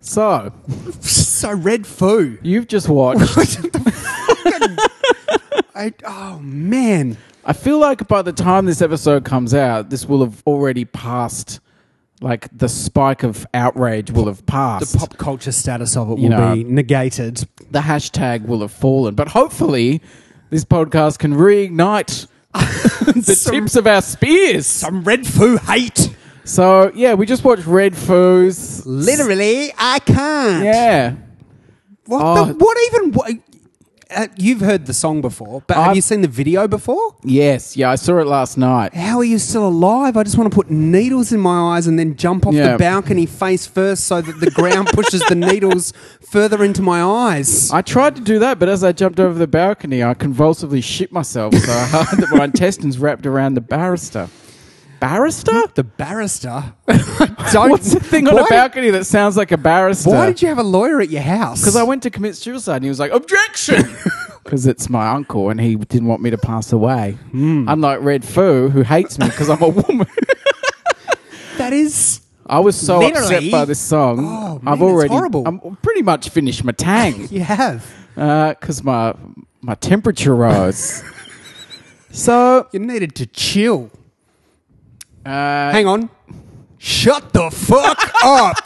So, So red foo. you've just watched. I, oh man. I feel like by the time this episode comes out, this will have already passed. Like the spike of outrage will have passed. The pop culture status of it will You know, be negated. the hashtag will have fallen. But hopefully, this podcast can reignite the Some- tips of our spears. Some red foo hate. So, yeah, we just watched Red Foos. Literally, I can't. Yeah. What, Oh. the, what even? What, uh, you've heard the song before, but have I've- you seen the video before? Yes. Yeah, I saw it last night. How are you still alive? I just want to put needles in my eyes and then jump off Yeah. the balcony face first so that the ground pushes the needles further into my eyes. I tried to do that, but as I jumped over the balcony, I convulsively shit myself so hard that my intestines wrapped around the barrister. Barrister? the barrister. I don't, What's the thing on why, a balcony that sounds like a barrister? Why did you have a lawyer at your house? Because I went to commit suicide and he was like, objection! Because it's my uncle and he didn't want me to pass away. Hmm. Unlike Red Foo, who hates me because I'm a woman. That is. I was so Literally? upset by this song. Oh, man, I've that's already, horrible. I'm pretty much finished my tang You have. because my my temperature rose. so You needed to chill. uh, Hang on. Shut the fuck up.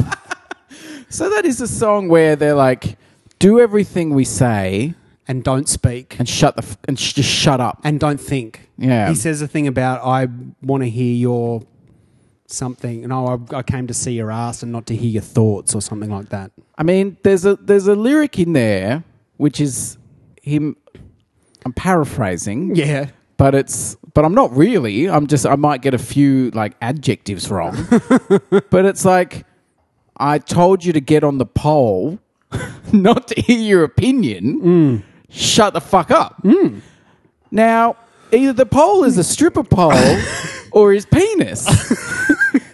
so that is a song where they're like, do everything we say And don't speak. and shut the f- and sh- just shut up. And don't think. Yeah. He says a thing about, I want to hear your something. And oh, I, I came to see your ass and not to hear your thoughts or something like that. I mean, there's a there's a lyric in there which is him. I'm paraphrasing, Yeah. but it's but I'm not really. I'm just I might get a few like adjectives wrong, but it's like I told you to get on the poll, not to hear your opinion. Mm. Shut the fuck up. Now, either the poll is a stripper pole or his penis.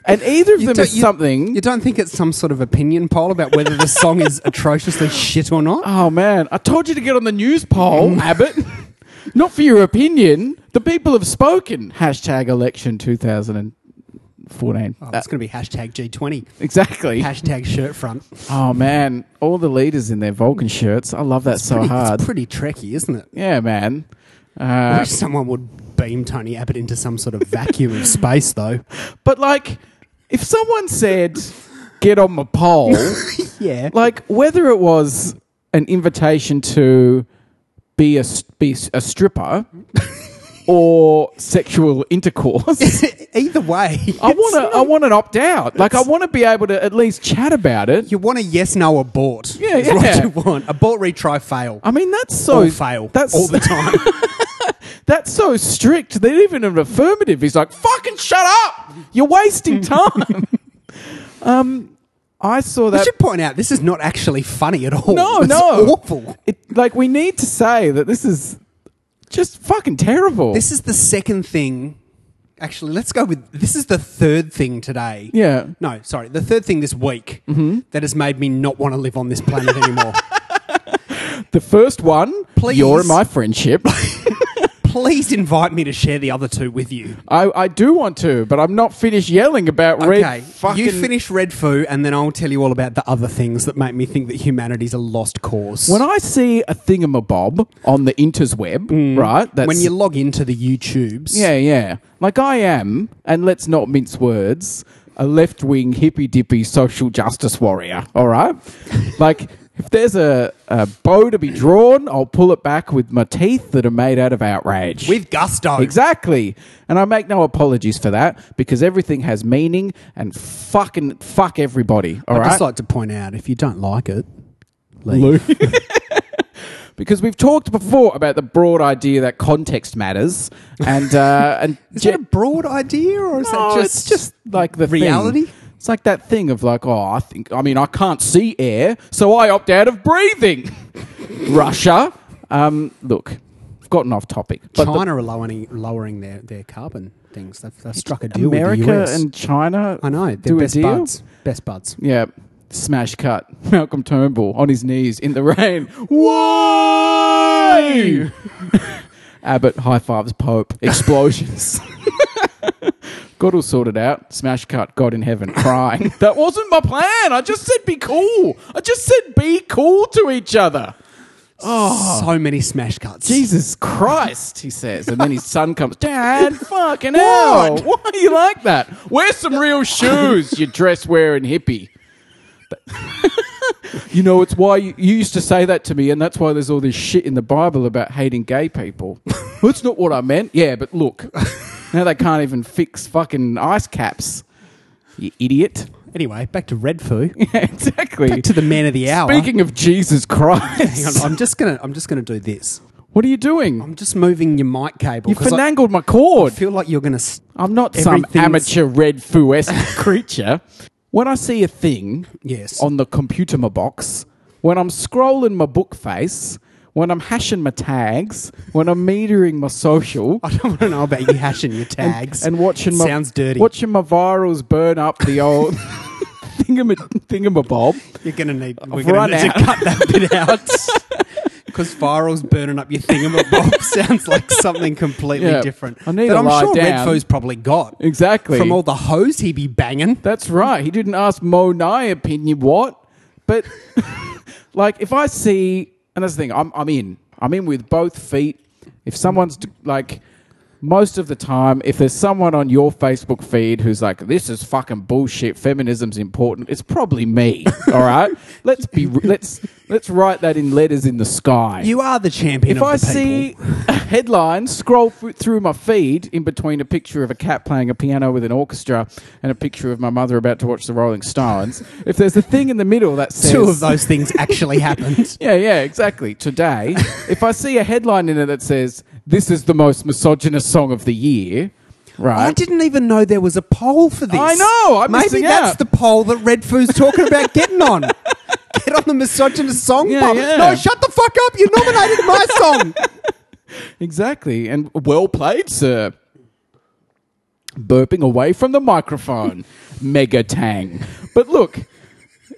And either of them don't- is something. You don't think it's some sort of opinion poll about whether the song is atrociously shit or not? Oh man, I told you to get on the news Mm-hmm. poll, Abbott. Not for your opinion. The people have spoken. Hashtag election 2014. Oh, Uh, it's going to be hashtag G20, exactly. hashtag shirt front. Oh man, all the leaders in their Vulcan shirts. I love that so Pretty- hard. It's pretty tricky, isn't it? yeah, man. I Uh, wish someone would beam Tony Abbott into some sort of vacuum of space, though. but like, if someone said, "Get on my poll," Yeah. like whether it was an invitation to be a be a stripper or sexual intercourse. Either way, I want to. I want an opt out. Like I want to be able to at least chat about it. you want a yes, no, abort. Yeah, is yeah. What you want abort, retry, fail. I mean, that's so all fail. That's all the time. that's so strict that even an affirmative he's like, "Fucking shut up! You're wasting time." um, I saw I that. should point out this is not actually funny at all. No, It's no, awful. It, like we need to say that this is just fucking terrible. This is the second thing. Actually, let's go with this is the third thing today. yeah. No, sorry, the third thing this week that has made me not want to live on this planet anymore. The first one, Please. you're in my friendship. Please invite me to share the other two with you. I, I do want to, but I'm not finished yelling about Okay, red fucking. you finish Red Foo, and then I'll tell you all about the other things that make me think that humanity's a lost cause. When I see a thingamabob on the intersweb, right? That's, Mm. when you log into the YouTubes, yeah, yeah. Like I am, and let's not mince words, a left wing hippy dippy social justice warrior. All right, like if there's a, a bow to be drawn, I'll pull it back with my teeth that are made out of outrage. with gusto. Exactly. And I make no apologies for that because everything has meaning and fucking fuck everybody. All I'd right. just like to point out if you don't like it, leave. because we've talked before about the broad idea that context matters, and uh, and Is that a broad idea, or is No, that just it's just like the thing. reality? It's like that thing of like, oh, I think I mean I can't see air, so I opt out of breathing. Russia, um, look, I've gotten off topic. But the- China are lowering, lowering their, their carbon things? They've, they've struck a deal with the America US. and China, I know they're do best a deal. buds. Best buds. Yeah. Smash cut. Malcolm Turnbull on his knees in the rain. Why? Abbott high fives Pope. Explosions. God will sort it out. Smash cut. God in heaven crying. that wasn't my plan. I just said be cool. I just said be cool to each other. So many smash cuts. Oh. Jesus Christ, he says. And then his son comes, Dad, fucking hell. Why are you like that? Wear some real shoes, you dress wearing hippie. you know, it's why you, you used to say that to me, and that's why there's all this shit in the Bible about hating gay people. that's not what I meant. Yeah, but look, now they can't even fix fucking ice caps. You idiot. Anyway, back to Red Foo. Yeah, exactly. Back to the man of the hour. Speaking of Jesus Hang Christ, on, I'm just gonna I'm just gonna do this. what are you doing? I'm just moving your mic cable you 'cause I- finangled my I cord. feel like you're gonna. s I'm not some Everything's- amateur red foo-esque creature. When I see a thing Yes. on the computer my box, when I'm scrolling my book face, when I'm hashing my tags, when I'm metering my social I don't want to know about you hashing your tags and watching my sounds dirty. watching my virals burn up the old thingama thingamabob. You're gonna need. We're I've gonna run need out. to cut that bit out. Because viral's burning up your thingamabob sounds like something completely Yeah. different. I need that to I'm lie sure Red down. Foe's probably got Exactly. from all the hoes he be banging. That's right. He didn't ask Mo Nye opinion. What? But like, if I see, and that's the thing, I'm I'm in. I'm in with both feet. If someone's d- like, most of the time, if there's someone on your Facebook feed who's like, "This is fucking bullshit. Feminism's important," it's probably me. all right. Let's be. Let's let's write that in letters in the sky You are the champion. if of I the see people. a headline scroll thro- through my feed in between a picture of a cat playing a piano with an orchestra and a picture of my mother about to watch the Rolling Stones, if there's a thing in the middle that says two of those things actually happened, yeah, yeah, exactly. Today, if I see a headline in it that says this is the most misogynist song of the year, right? I didn't even know there was a poll for this. I know, I'm Maybe missing that's out. the poll that Red Foo's talking about getting on. Get on the misogynist song Yeah, poll. yeah. No, shut the fuck up. You nominated my song. Exactly. And well played, sir. Burping away from the microphone. Mega tang. But look,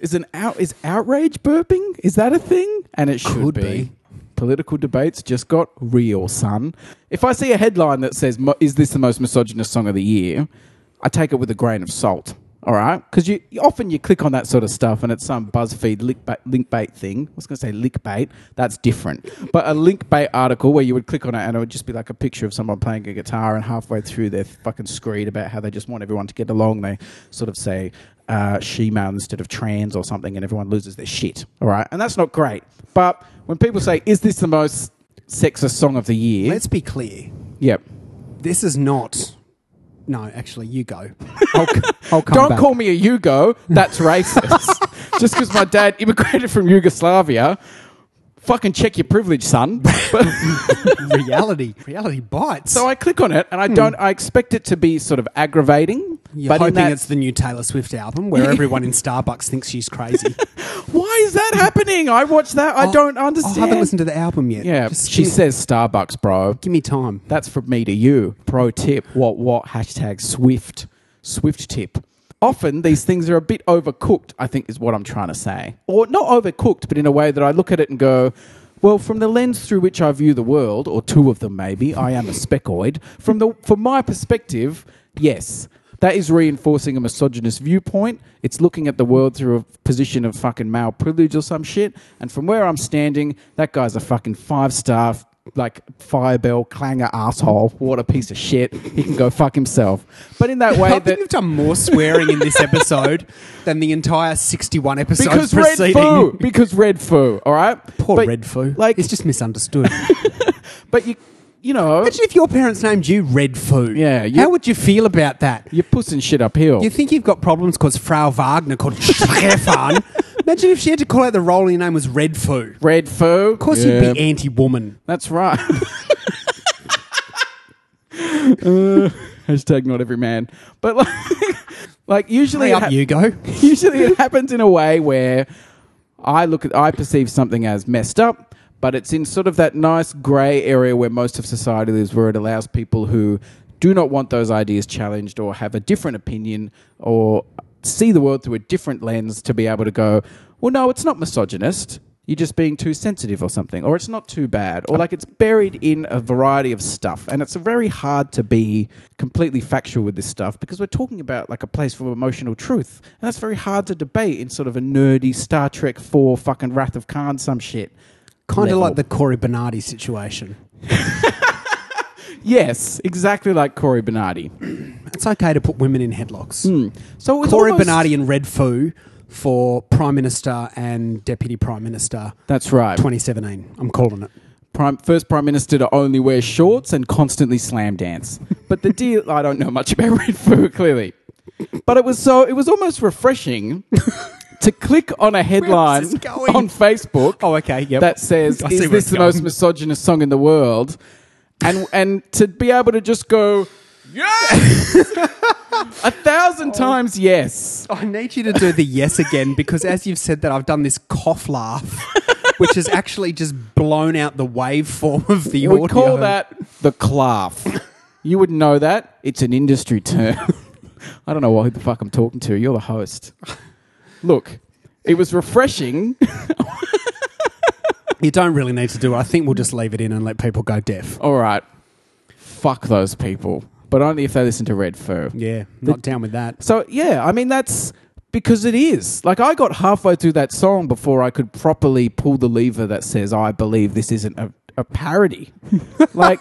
is an out is outrage burping? Is that a thing? And it should Could be. be. Political debates just got real, son. If I see a headline that says "Mo- "Is this the most misogynist song of the year?" I take it with a grain of salt. All right, because you often you click on that sort of stuff and it's some BuzzFeed link bait, link bait thing. I was going to say link bait. That's different, but a link bait article where you would click on it and it would just be like a picture of someone playing a guitar and halfway through they're fucking screed about how they just want everyone to get along. They sort of say uh, she-male instead of trans or something, and everyone loses their shit. All right, and that's not great. But when people say, "Is this the most sexist song of the year?" Let's be clear. yep. This is not. No, actually, you go. I'll, c- I'll come Don't back. call me a Yugo. That's racist. Just because my dad immigrated from Yugoslavia. Fucking check your privilege, son. But- reality. Reality bites. so I click on it, and I don't. I expect it to be sort of aggravating. You're but in hoping that- it's the new Taylor Swift album where everyone in Starbucks thinks she's crazy. why is that happening? I watch that. I don't understand. I haven't listened to the album yet. yeah, Just she give- says Starbucks, bro. Give me time. That's from me to you. Pro tip. What, what? Hashtag Swift. Swift tip. Often these things are a bit overcooked, I think is what I'm trying to say. Or not overcooked, but in a way that I look at it and go, well, from the lens through which I view the world, or two of them maybe, I am a specoid. From the from my perspective, yes. That is reinforcing a misogynist viewpoint. It's looking at the world through a position of fucking male privilege or some shit. And from where I'm standing, that guy's a fucking five star, like fire bell clanger asshole. What a piece of shit. He can go fuck himself. But in that I way think that you've done more swearing in this episode than the entire 61 episodes because red preceding. foo, because red foo, all right. Poor But, Red Foo. Like, it's just misunderstood. but you, you know, Imagine if your parents named you Red Foo. Yeah, you- How would you feel about that? you're pussing shit uphill. You think you've got problems because Frau Wagner called Stefan. Imagine if she had to call out the role your name was Red Foo. Of red foo. Of course you'd be anti-woman. That's right. uh, hashtag not every man, but like, like usually, Hurry it up, hap- Hugo. usually it happens in a way where I look at, I perceive something as messed up, but it's in sort of that nice grey area where most of society lives, where it allows people who do not want those ideas challenged or have a different opinion or see the world through a different lens to be able to go, well, no, it's not misogynist. you're just being too sensitive or something, or it's not too bad, or like it's buried in a variety of stuff. And it's very hard to be completely factual with this stuff because we're talking about like a place for emotional truth. And that's very hard to debate in sort of a nerdy Star Trek 4 fucking Wrath of Khan, some shit. Kind of level. like the Corey Bernardi situation. Yes, exactly like Corey Bernardi. It's okay to put women in headlocks. Hmm. So it was Corey almost- Bernardi and Red Foo for Prime Minister and Deputy Prime Minister That's right. 2017. I'm calling it. prime, first prime minister to only wear shorts and constantly slam dance. But the deal, I don't know much about Red Foo clearly, but it was so it was almost refreshing to click on a headline Where's this going? on Facebook Oh, okay. Yep. that says, I see "Is where this it's the going." most misogynist song in the world?" And and to be able to just go. Yes! a thousand Oh. times yes. I need you to do the yes again because as you've said that, I've done this cough laugh, which has actually just blown out the waveform of we the audio. call that the claff. you would know that. It's an industry term. I don't know who the fuck I'm talking to. You're the host. Look, it was refreshing. You don't really need to do it. I think we'll just leave it in and let people go deaf. All right. Fuck those people. But only if they listen to Red Fur. Yeah, not down with that. So, yeah, I mean, that's because it is. Like, I got halfway through that song before I could properly pull the lever that says, I believe this isn't a, a parody. like,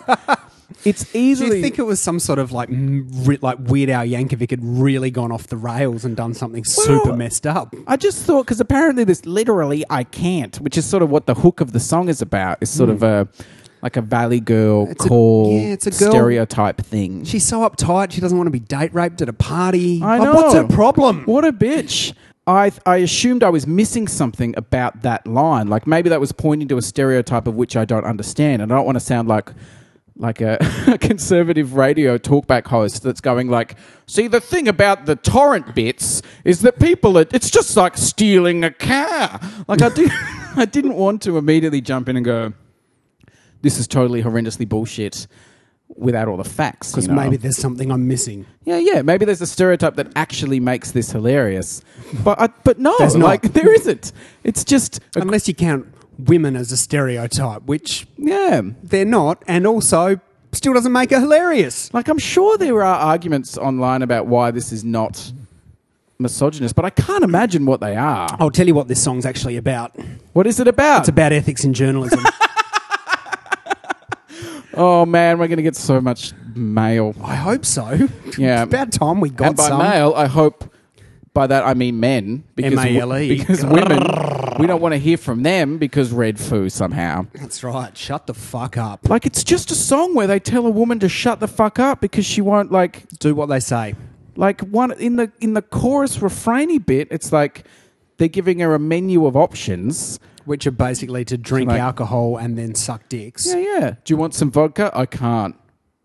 it's Do easily. you think it was some sort of like m- re- like Weird Al Yankovic had really gone off the rails and done something super messed up? I just thought because apparently this literally I can't, which is sort of what the hook of the song is about. Is sort of a like a valley girl a- call yeah, Hmm. it's a girl- stereotype thing. She's so uptight. She doesn't want to be date raped at a party. I Like, know. What's her problem? What a bitch. I, I assumed I was missing something about that line. Like maybe that was pointing to a stereotype of which I don't understand. And I don't want to sound like like a, a conservative radio talkback host that's going like, see, the thing about the torrent bits is that people are, it's just like stealing a car. Like I did, I didn't want to immediately jump in and go, this is totally horrendously bullshit without all the facts. Because you know? maybe there's something I'm missing. Yeah, yeah. Maybe there's a stereotype that actually makes this hilarious, but I, but no, There's not. like there isn't. It's just a, Unless you count women as a stereotype, which yeah. they're not, and also still doesn't make it hilarious. Like I'm sure there are arguments online about why this is not misogynist, but I can't imagine what they are. I'll tell you what this song's actually about. What is it about? It's about ethics in journalism. oh man, we're gonna get so much mail. I hope so. Yeah. It's about time we got and by some. male, I hope by that I mean men because w- M.A.L.E.. because women we don't want to hear from them because red foo somehow. That's right. Shut the fuck up. Like it's just a song where they tell a woman to shut the fuck up because she won't like Do what they say. like one in the in the chorus refrainy bit. It's like they're giving her a menu of options. Which are basically to drink Like- alcohol and then suck dicks. Yeah, yeah. Do you want some vodka? I can't.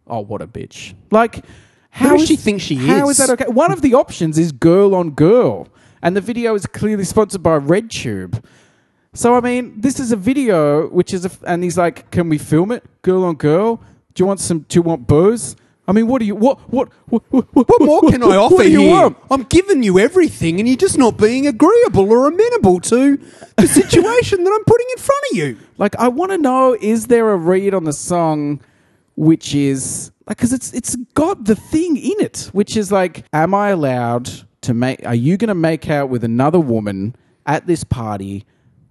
Oh, what a bitch! Like, how does is- she think she How is is? that okay? One of the options is girl on girl, and the video is clearly sponsored by RedTube. So I mean, this is a video which is, a, and he's like, "Can we film it? Girl on girl? Do you want some? Do you want booze? I mean, what do you what what what what, What more can I offer what do you? here? want? I'm giving you everything, and you're just not being agreeable or amenable to the situation that I'm putting in front of you. Like, I want to know: is there a read on the song, which is like, because it's it's got the thing in it, which is like, am I allowed to make? Are you going to make out with another woman at this party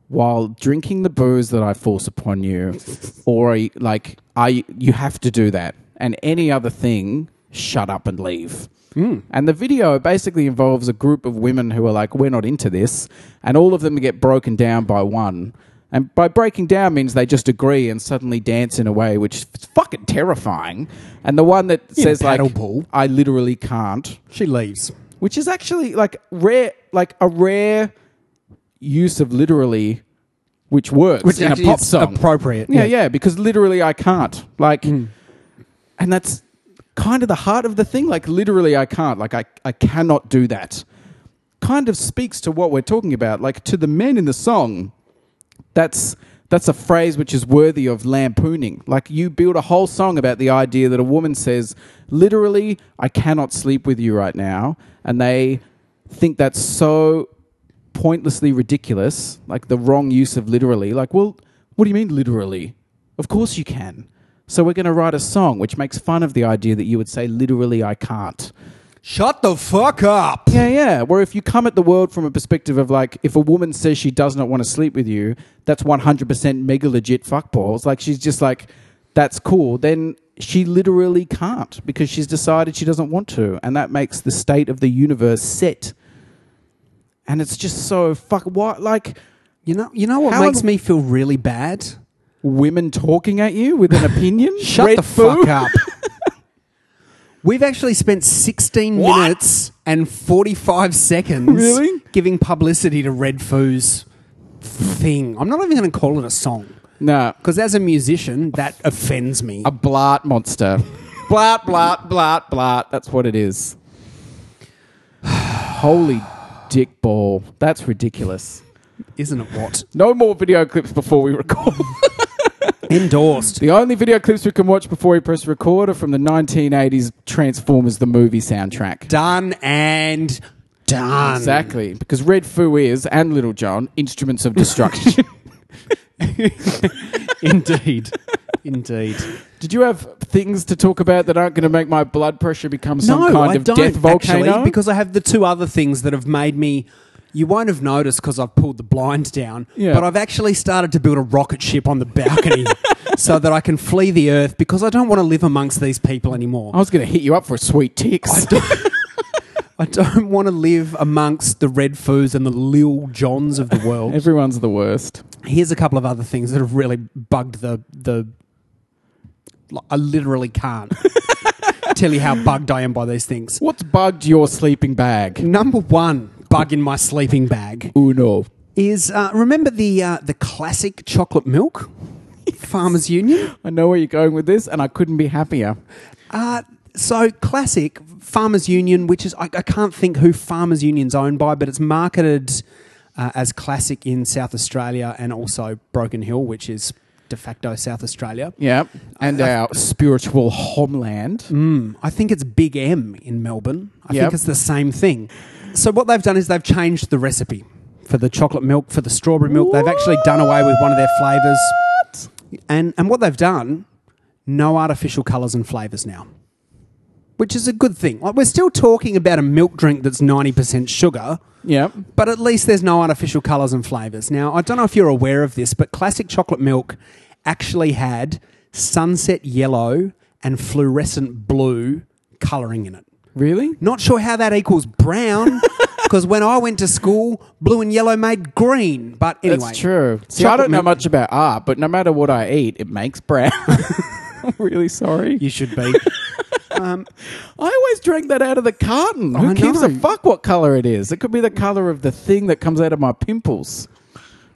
while drinking the booze that I force upon you, or are you, like, are you, you have to do that, and any other thing, shut up and leave. Hmm. And the video basically involves a group of women who are like, we're not into this. And all of them get broken down by one. And by breaking down means they just agree and suddenly dance in a way which is fucking terrifying. And the one that a says, like, paddle pool. I literally can't, She leaves. which is actually like rare, like a rare use of literally, which works Which in a actually pop is song. appropriate, Yeah, yeah, yeah. because literally I can't. Like, and that's kind of the heart of the thing. Like, literally I can't. Like, I, I cannot do that. Kind of speaks to what we're talking about. Like, to the men in the song, that's that's a phrase which is worthy of lampooning. Like you build a whole song about the idea that a woman says, literally, I cannot sleep with you right now, and they think that's so pointlessly ridiculous, like the wrong use of literally. Like, well, what do you mean literally? Of course you can. So we're going to write a song which makes fun of the idea that you would say literally I can't. Shut the fuck up. Yeah, yeah. Where if you come at the world from a perspective of like, if a woman says she does not want to sleep with you, that's 100% mega legit fuckballs. Like, she's just like, that's cool. Then she literally can't because she's decided she doesn't want to. And that makes the state of the universe set. And it's just so fuck. What? Like, You know, you know what How makes in- me feel really bad? women talking at you with an opinion? Shut Red the food? fuck up. We've actually spent 16 What? minutes and 45 seconds Really? giving publicity to Red Foo's thing. I'm not even going to call it a song No. because as a musician, that offends me. A blart monster. blart, blart, blart, blart. That's what it is. Holy dick ball. That's ridiculous. Isn't it what? No more video clips before we record. Endorsed. the only video clips we can watch before we press record are from the 1980s Transformers the movie soundtrack. Done and done. Exactly. Because Red Foo is, and Little John, instruments of destruction. Indeed. Indeed. Did you have things to talk about that aren't going to make my blood pressure become some no, kind I of don't, death volcano? Actually, because I have the two other things that have made me. You won't have noticed because I've pulled the blinds down, Yeah. but I've actually started to build a rocket ship on the balcony so that I can flee the earth because I don't want to live amongst these people anymore. I was going to hit you up for sweet ticks. I don't want to live amongst the Red Foos and the Lil Johns of the world. Everyone's the worst. Here's a couple of other things that have really bugged the the. I literally can't tell you how bugged I am by these things. What's bugged your sleeping bag? Number one bug in my sleeping bag Uno. is uh, remember the uh, the classic chocolate milk, Farmers Union. I know where you're going with this, and I couldn't be happier. Uh, so classic Farmers Union, which is I, I can't think who Farmers Union's owned by, but it's marketed uh, as classic in South Australia and also Broken Hill, which is de facto South Australia. Yeah. And our spiritual homeland. Mm, I think it's Big M in Melbourne. I Yep. think it's the same thing. So what they've done is they've changed the recipe for the chocolate milk, for the strawberry milk. They've actually done away with one of their flavors. And and what they've done, no artificial colors and flavors now. Which is a good thing. Like we're still talking about a milk drink that's 90% sugar. Yeah. But at least there's no artificial colours and flavours. Now, I don't know if you're aware of this, but classic chocolate milk actually had sunset yellow and fluorescent blue colouring in it. Really? Not sure how that equals brown, because when I went to school, blue and yellow made green. But anyway, That's true. See, I chocolate don't know milk- much about art, but no matter what I eat, it makes brown. I'm really sorry. You should be. um, I always drank that out of the carton. Who I gives a know. fuck what color it is? It could be the color of the thing that comes out of my pimples.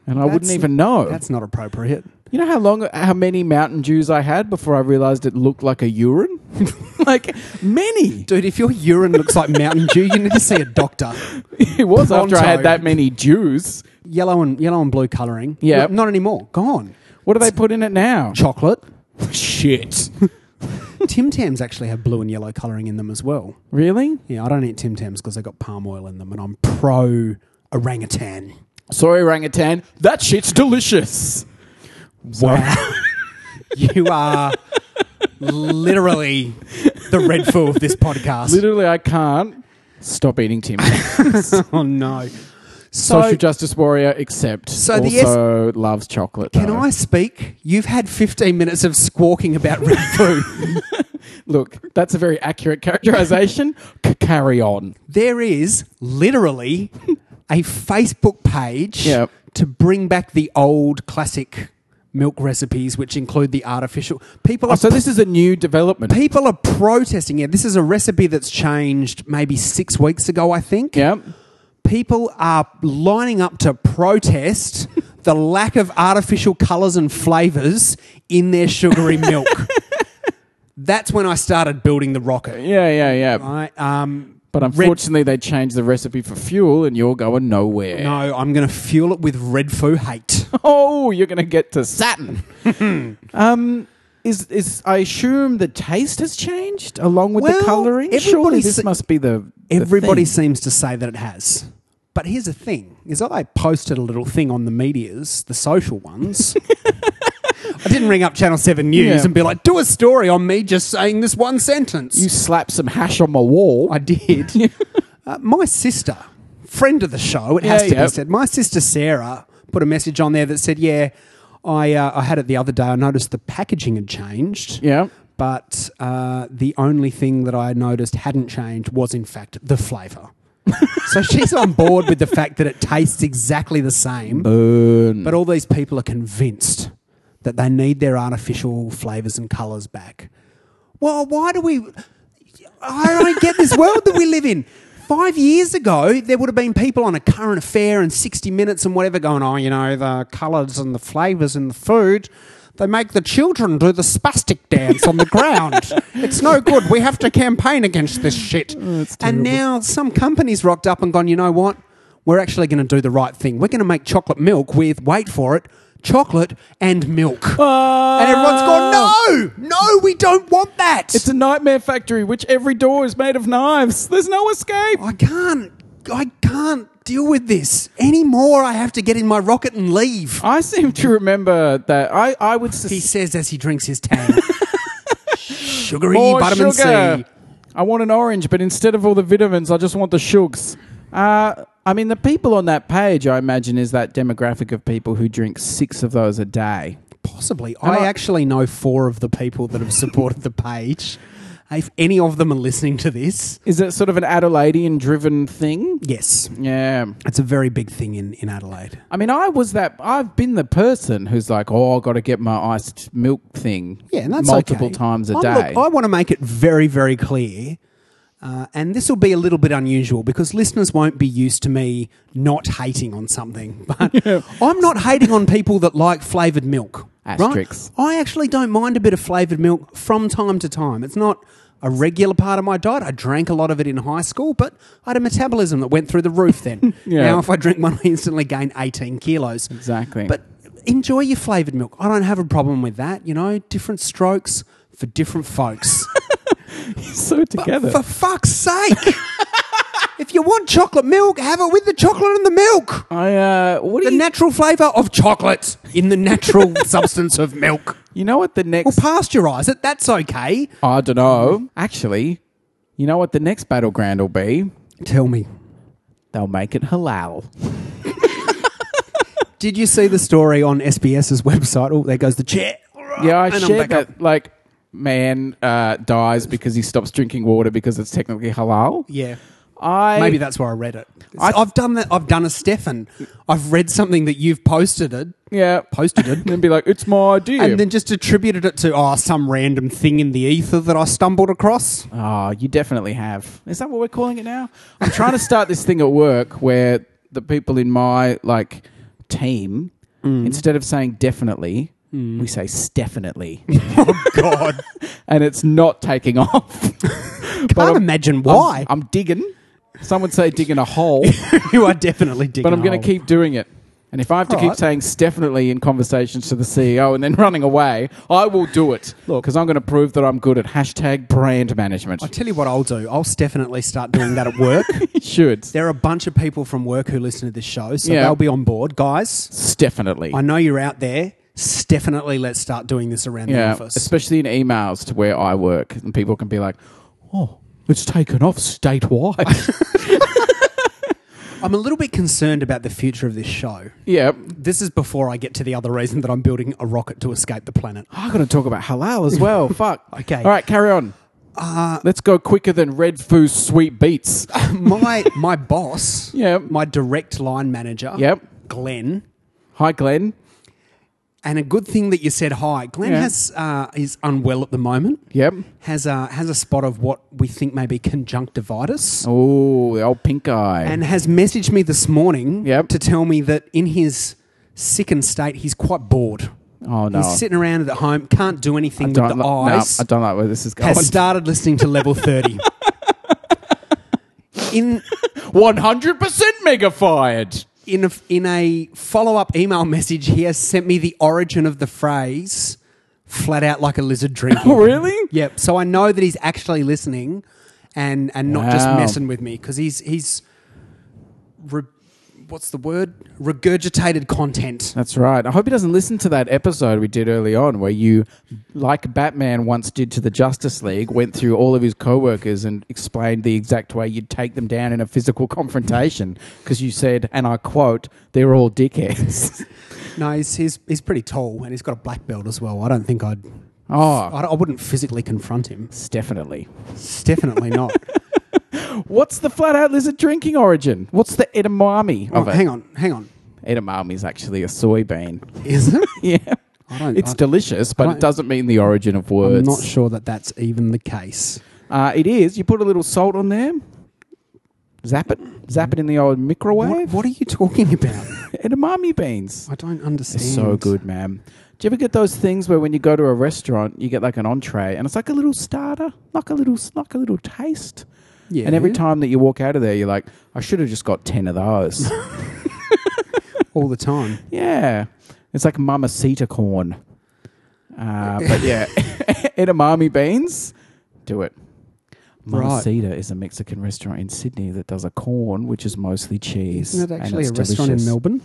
And I wouldn't that's- even know. That's not appropriate. You know how long, how many Mountain Dews I had before I realized it looked like a urine? like many. Dude, if your urine looks like Mountain Dew, you need to see a doctor. It was after I had Pronto. that many Jews. Yellow and yellow and blue colouring. Yeah. Not- Not anymore. Gone. What do they put in it now? Chocolate. Shit. Tim Tams actually have blue and yellow colouring in them as well. really? Yeah, I don't eat Tim Tams because they got palm oil in them, and I'm pro orangutan. Sorry, orangutan. That shit's delicious. Wow. you are literally the red fool of this podcast. Literally, I can't stop eating Tim. Oh, no. So, Social justice warrior, except So the also loves chocolate. can though. I speak? You've had 15 minutes of squawking about red food. Look, that's a very accurate characterization. C- carry on. there is literally a Facebook page Yep. to bring back the old classic milk recipes, which include the artificial. People Oh, are so this is a new development. people are protesting it. This is a recipe that's changed maybe six weeks ago, I think. Yeah. People are lining up to protest the lack of artificial colours and flavours in their sugary milk. That's when I started building the rocket. Yeah, yeah, yeah. I, um, But red- unfortunately, they changed the recipe for fuel and you're going nowhere. no, I'm going to fuel it with red foo hate. Oh, you're going to get to satin. um, is is I assume the taste has changed along with Well, the coloring? everybody Surely this se- must be the the Everybody thing. seems to say that it has. But here's the thing: is I posted a little thing on the medias, the social ones. I didn't ring up Channel Seven News Yeah. and be like, "Do a story on me just saying this one sentence." You slap some hash on my wall. I did. uh, my sister, friend of the show, it has Yeah, to be yep. said. My sister Sarah put a message on there that said, "Yeah, I uh, I had it the other day. I noticed the packaging had changed. yeah. but uh, the only thing that I noticed hadn't changed was, in fact, the flavour." so she's on board with the fact that it tastes exactly the same. Burn. But all these people are convinced that they need their artificial flavours and colours back. Well, why do we? I don't get this world that we live in. Five years ago, there would have been people on a current affair and 60 Minutes and whatever going, oh, you know, the colours and the flavours in the food. They make the children do the spastic dance on the ground. It's no good. We have to campaign against this shit. and now some companies rocked up and gone, you know what? We're actually going to do the right thing. We're going to make chocolate milk with, wait for it, chocolate and milk. And everyone's gone, no, no, we don't want that. It's a nightmare factory, which every door is made of knives. There's no escape. I can't, I can't deal with this anymore. I have to get in my rocket and leave. I seem to remember that I, I would sus- He says as he drinks his tang. Sugary more vitamin sugar. C. I want an orange, but instead of all the vitamins, I just want the sugars. Uh, I mean, the people on that page, I imagine, is that demographic of people who drink six of those a day. Possibly. And I, I- actually know four of the people that have supported the page. If any of them are listening to this, Is it sort of an Adelaidean driven thing? yes, Yeah. it's a very big thing in, in Adelaide. I mean, I was that. I've been the person who's like, "Oh, I got to get my iced milk thing." Yeah, and that's multiple okay. times a I- day. Look, I want to make it very, very clear, uh, and this will be a little bit unusual because listeners won't be used to me not hating on something. But I'm not hating on people that like flavoured milk. right? Asterisks. I actually don't mind a bit of flavoured milk from time to time. It's not a regular part of my diet. I drank a lot of it in high school, but I had a metabolism that went through the roof then. Yeah. Now, if I drink one, I instantly gain 18 kilos. Exactly. But enjoy your flavoured milk. I don't have a problem with that. You know, different strokes for different folks. so together. for fuck's sake. if you want chocolate milk, have it with the chocolate and the milk. I uh, what do The you? natural flavour of chocolate in the natural substance of milk. you know what the Well, next? pasteurise it. That's okay. I don't know. Actually, you know what the next battleground will be? Tell me. They'll make it halal. Did you see the story on SBS's website? Oh, there goes the chair. Yeah, I And I'm shared back up. that. Like, man uh, dies because he stops drinking water because it's technically halal. Yeah. I Maybe that's where I read it. I- I, have done that. I've done a Stefan. I've read something that you've posted it, yeah. posted it, And be like, it's my idea. and then just attributed it to oh some random thing in the ether that I stumbled across. Oh, you definitely have. Is that what we're calling it now? I'm trying to start this thing at work where the people in my like team, Mm. instead of saying definitely, we say definitely, Oh God! and it's not taking off. Can't Can't imagine why. I'm, digging. Some would say digging a hole, you are definitely digging. but I'm going to to keep doing it. And if I have to keep Alright. saying definitely in conversations to the CEO and then running away, I will do it because I'm going to prove that I'm good at hashtag brand management. I tell you what I'll do. I'll definitely start doing that at work. You should there are a bunch of people from work who listen to this show, so Yeah. they'll be on board, guys. definitely. I know you're out there. Definitely, let's start doing this around Yeah, the office. especially in emails to where I work, and people can be like, "Oh, it's taken off statewide." I'm a little bit concerned about the future of this show. yeah, This is before I get to the other reason that I'm building a rocket to escape the planet. I'm going to talk about halal as well. Fuck. Okay. Uh, All right, carry on. Let's go quicker than Red Foo's sweet beats. my my boss, Yep. my direct line manager, Yep. Glenn. Hi, Glenn. And a good thing that you said hi. Glenn Yeah. has uh, is unwell at the moment. Yep. Has a has a spot of what we think may be conjunctivitis. Oh, the old pink eye. And has messaged me this morning Yep. to tell me that in his sickened state he's quite bored. oh no, He's sitting around at home, can't do anything with the don't, li- no, eyes. I don't like where this is going. has started listening to level 30. in One hundred percent mega fired. in a, in a follow up email message, he has sent me the origin of the phrase "flat out like a lizard drinking." Oh, Really? Yep. So I know that he's actually listening, and and not just Wow. messing with me because he's he's re- what's the word? Regurgitated content. That's right. I hope he doesn't listen to that episode we did early on where you, like Batman once did to the Justice League, went through all of his coworkers and explained the exact way you'd take them down in a physical confrontation because you said, and I quote, they're all dickheads. No, he's, he's he's pretty tall and he's got a black belt as well. I don't think I'd. oh, I, I wouldn't physically confront him. it's definitely. It's definitely not. What's the flat out lizard drinking origin? What's the edamame Oh, of it? hang on, hang on. Edamame is actually a soybean. Is it? Yeah. I don't. It's I, delicious, but I don't- it doesn't mean the origin of I'm words. not sure that that's even the case. Uh, it is. You put a little salt on there. Zap it. Zap it in the old What, microwave. what are you talking about? Edamame beans. I don't understand. They're so good, man. Do you ever get those things where when you go to a restaurant, you get like an entree and it's like a little starter, like a little, like a little taste. Yeah. And every time that you walk out of there, you're like, I should have just got 10 of those. all the time. yeah. It's like mamacita corn. Uh, but yeah, edamame beans, do it. Right. Mamacita is a Mexican restaurant in Sydney that does a corn, which is mostly cheese. Isn't it and actually a it's restaurant in delicious. Melbourne?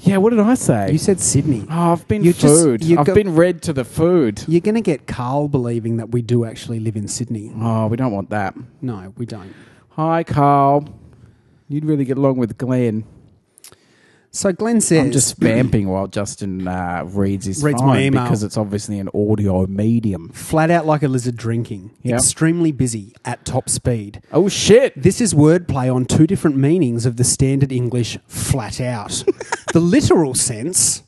Yeah, what did I say? You said Sydney. oh, I've been you just- food. you I've go- been read to the food. You're going to get Carl believing that we do actually live in Sydney. Oh, we don't want that. No, we don't. Hi, Carl. You'd really get along with Glenn. So Glenn says, I'm just vamping while Justin uh, reads his Reads phone my email. because it's obviously an audio medium. flat out like a lizard drinking, Yeah. extremely busy at top speed. Oh shit! This is wordplay on two different meanings of the standard English flat out. the literal sense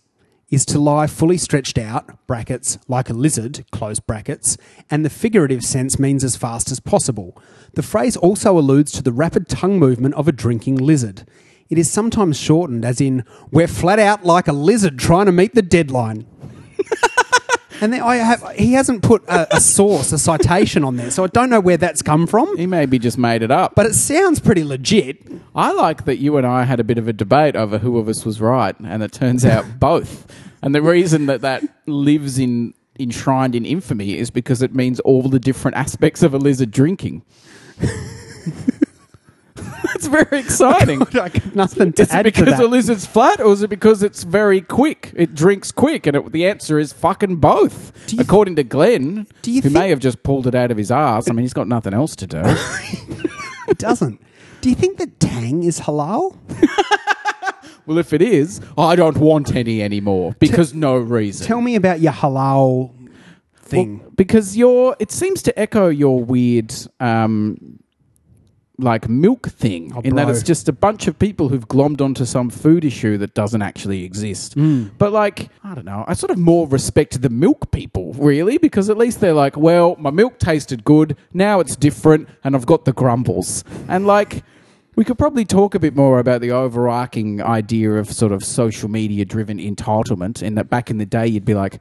is to lie fully stretched out, brackets, like a lizard, close brackets, and the figurative sense means as fast as possible. The phrase also alludes to the rapid tongue movement of a drinking lizard. It is sometimes shortened as in, we're flat out like a lizard trying to meet the deadline. and then I have, he hasn't put a, a source, a citation on there, so I don't know where that's come from He maybe just made it up. but it sounds pretty legit. I like that you and I had a bit of a debate over who of us was right, and it turns out both. And the reason that that lives in enshrined in infamy is because it means all the different aspects of a lizard drinking. That's very exciting. Like nothing to Is it add to because that. a lizard's flat, or is it because it's very quick? It drinks quick, and it, the answer is fucking both, Do you- according to Glenn, Do you who may think- have just pulled it out of his ass. I mean, he's got nothing else to do. it doesn't. Do you think that Tang is halal? Well, if it is, I don't want any anymore because no reason. Tell me about your halal Well, thing. because your it seems to echo your weird um, like milk thing in that Oh, bro. it's just a bunch of people who've glommed onto some food issue that doesn't actually exist. Hmm. But like, I don't know, I sort of more respect the milk people really because at least they're like, well, my milk tasted good, now it's different and I've got the grumbles. And like we could probably talk a bit more about the overarching idea of sort of social media driven entitlement in that back in the day you'd be like,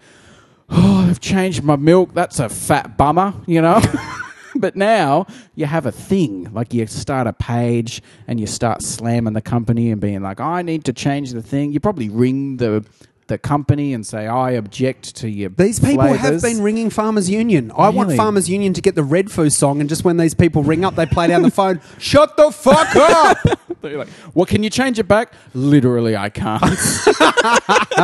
oh, I've changed my milk. That's a fat bummer, you know? but now you have a thing. Like you start a page and you start slamming the company and being like, I need to change the thing. You probably ring the. The company and say I object to your. These people have flavours." been ringing Farmers Union. I want Really? Farmers Union to get the Red Foo song, and just when these people ring up, they play down the phone. Shut the fuck up! They're like, well, can you change it back? Literally, I can't.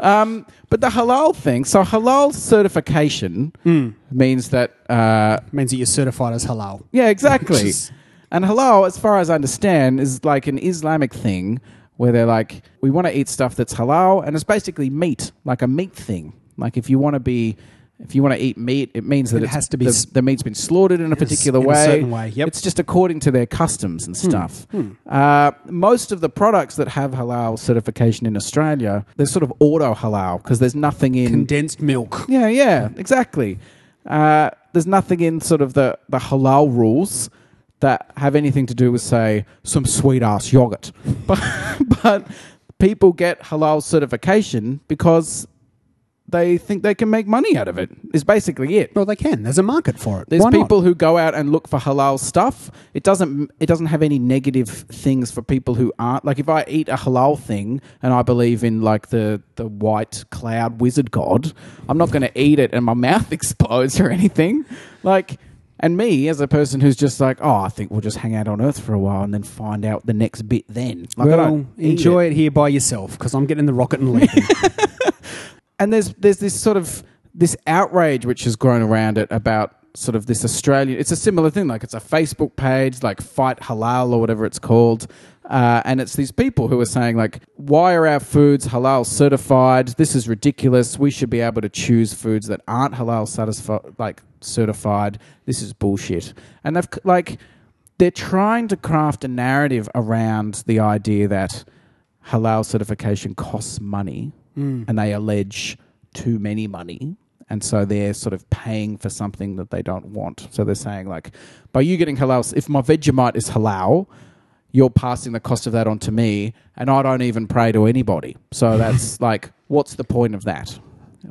um, but the halal thing. So halal certification Hmm. means that uh, Means that you're certified as halal. Yeah, exactly. is- and halal, as far as I understand, is like an Islamic thing where they're like, we want to eat stuff that's halal, and it's basically meat, like a meat thing. Like if you want to be, if you want to eat meat, it means that It it's- has to be the, s- the meat's been slaughtered in a particular in a way. certain way, yep. Hmm. It's just according to their customs and stuff. Uh, most of the products that have halal certification in Australia, they're sort of auto halal because there's nothing in Condensed milk. yeah, yeah, exactly. Uh, there's nothing in sort of the, the halal rules that have anything to do with, say, some sweet ass yogurt. But, but people get halal certification because they think they can make money out of it, is basically it. Well, they can. There's a market for it. There's Why not? people who go out and look for halal stuff. It doesn't it doesn't have any negative things for people who aren't like if I eat a halal thing and I believe in like the the white cloud wizard god, I'm not going to eat it and my mouth explodes or anything. Like And me, as a person who's just like, oh, I think we'll just hang out on Earth for a while and then find out the next bit then. Like, I well, don't eat enjoy it. here by yourself because I'm getting in the rocket and leaving. and there's there's this sort of this outrage which has grown around it about sort of this Australian. It's a similar thing, like it's a Facebook page, like Fight Halal or whatever it's called, uh, and it's these people who are saying like, why are our foods halal certified? This is ridiculous. We should be able to choose foods that aren't halal satisfi- like certified. This is bullshit. And they've c- like they're trying to craft a narrative around the idea that halal certification costs money and they allege too many money. And so they're sort of paying for something that they don't want. So they're saying, like, by you getting halal, if my Vegemite is halal, you're passing the cost of that on to me, and I don't even pray to anybody. So that's like, what's the point of that?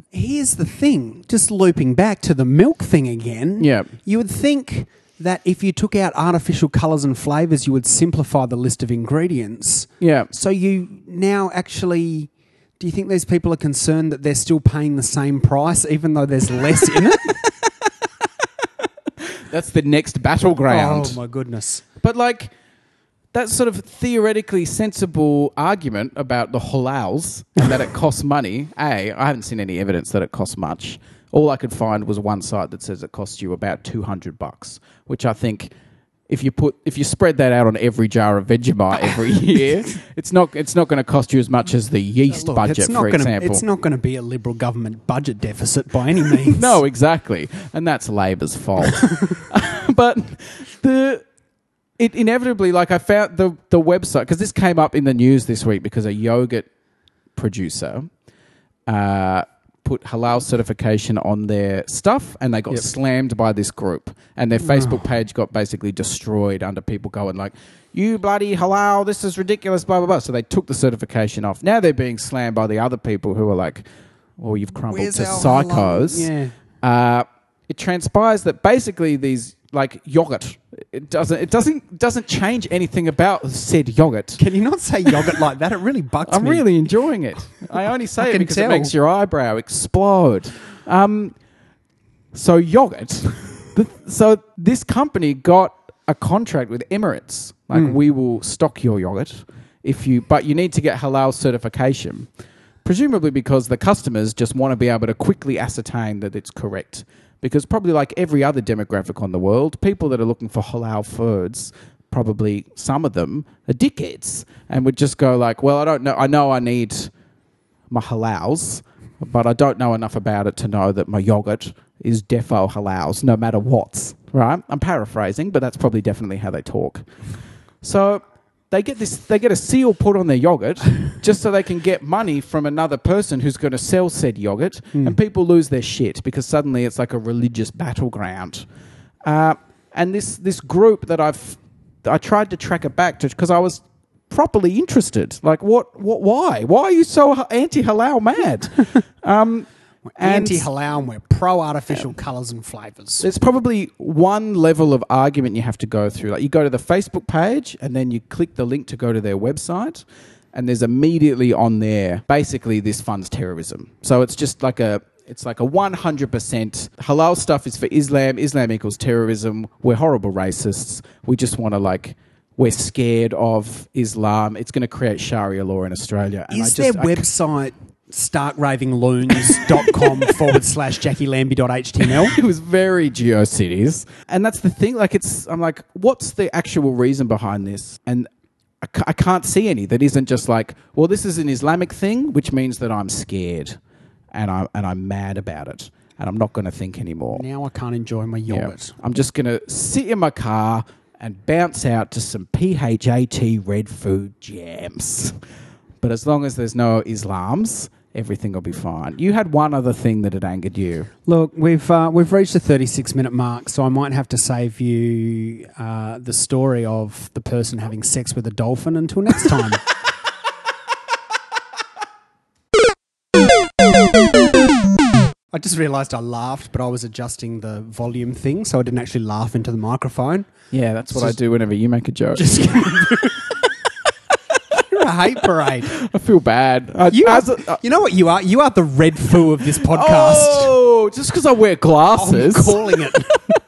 Here's the thing, just looping back to the milk thing again. Yeah. You would think that if you took out artificial colours and flavours, you would simplify the list of ingredients. Yeah. So you now actually. Do you think these people are concerned that they're still paying the same price even though there's less in it? That's the next battleground. Oh my goodness. But like that sort of theoretically sensible argument about the halals and that it costs money. A, I haven't seen any evidence that it costs much. All I could find was one site that says it costs you about two hundred bucks, which I think if you put if you spread that out on every jar of Vegemite every year, it's not it's not going to cost you as much as the yeast Look, budget, it's not for gonna, example. It's not going to be a liberal government budget deficit by any means. No, exactly. And that's Labour's fault. but the it inevitably like I found the the website because this came up in the news this week because a yogurt producer uh, put halal certification on their stuff and they got slammed by this group and their Facebook page got basically destroyed under people going like you bloody halal this is ridiculous blah blah blah so they took the certification off now they're being slammed by the other people who are like well you've crumbled Where's to our psychos halal? Yeah. uh, it transpires that basically these like yogurt it doesn't it doesn't doesn't change anything about said yogurt Can you not say yogurt like that? It really bugs i'm me. really enjoying it i only say I it can because tell. it makes your eyebrow explode um, so yogurt the, so this company got a contract with emirates like Hmm. we will stock your yogurt if you but you need to get halal certification presumably because the customers just want to be able to quickly ascertain that it's correct. Because probably like every other demographic on the world, people that are looking for halal foods, probably some of them are dickheads and would just go like, "Well, I don't know. I know I need my halals, but I don't know enough about it to know that my yogurt is defo halals, no matter what's right." I'm paraphrasing, but that's probably definitely how they talk. So they get this they get a seal put on their yogurt just so they can get money from another person who's going to sell said yogurt and people lose their shit because suddenly it's like a religious battleground. Uh, and this this group that I've I tried to track it back to because I was properly interested. Like what what why? Why are you so anti halal mad? um and- anti halal and we're pro artificial colours and flavours. there's probably one level of argument you have to go through. Like you go to the Facebook page and then you click the link to go to their website, and there's immediately on there basically this funds terrorism. So it's just like a it's like a 100% halal stuff is for Islam. Islam equals terrorism. We're horrible racists. We just want to like we're scared of Islam. It's going to create Sharia law in Australia. And Is I just, their I c- website starkravingloons.com forward slash jackielambie.html? it was very GeoCities. And that's the thing. Like, it's, I'm like, what's the actual reason behind this? And I, ca- I can't see any that isn't just like, well, this is an Islamic thing, which means that I'm scared and, I, and I'm mad about it and I'm not going to think anymore. Now I can't enjoy my Yeah. yogurt. I'm just going to sit in my car and bounce out to some PHAT red food jams. But as long as there's no Islams, everything will be fine. You had one other thing that had angered you. Look, we've uh, we've reached the 36 minute mark, so I might have to save you uh, the story of the person having sex with a dolphin until next time. I just realised I laughed, but I was adjusting the volume thing, so I didn't actually laugh into the microphone. Yeah, that's what Just- I do whenever you make a joke. Just You're a hate parade. I feel bad. I, You, as are, a- uh, you know what you are? You are the red foo of this podcast. oh, just because I wear I'm glasses. calling it.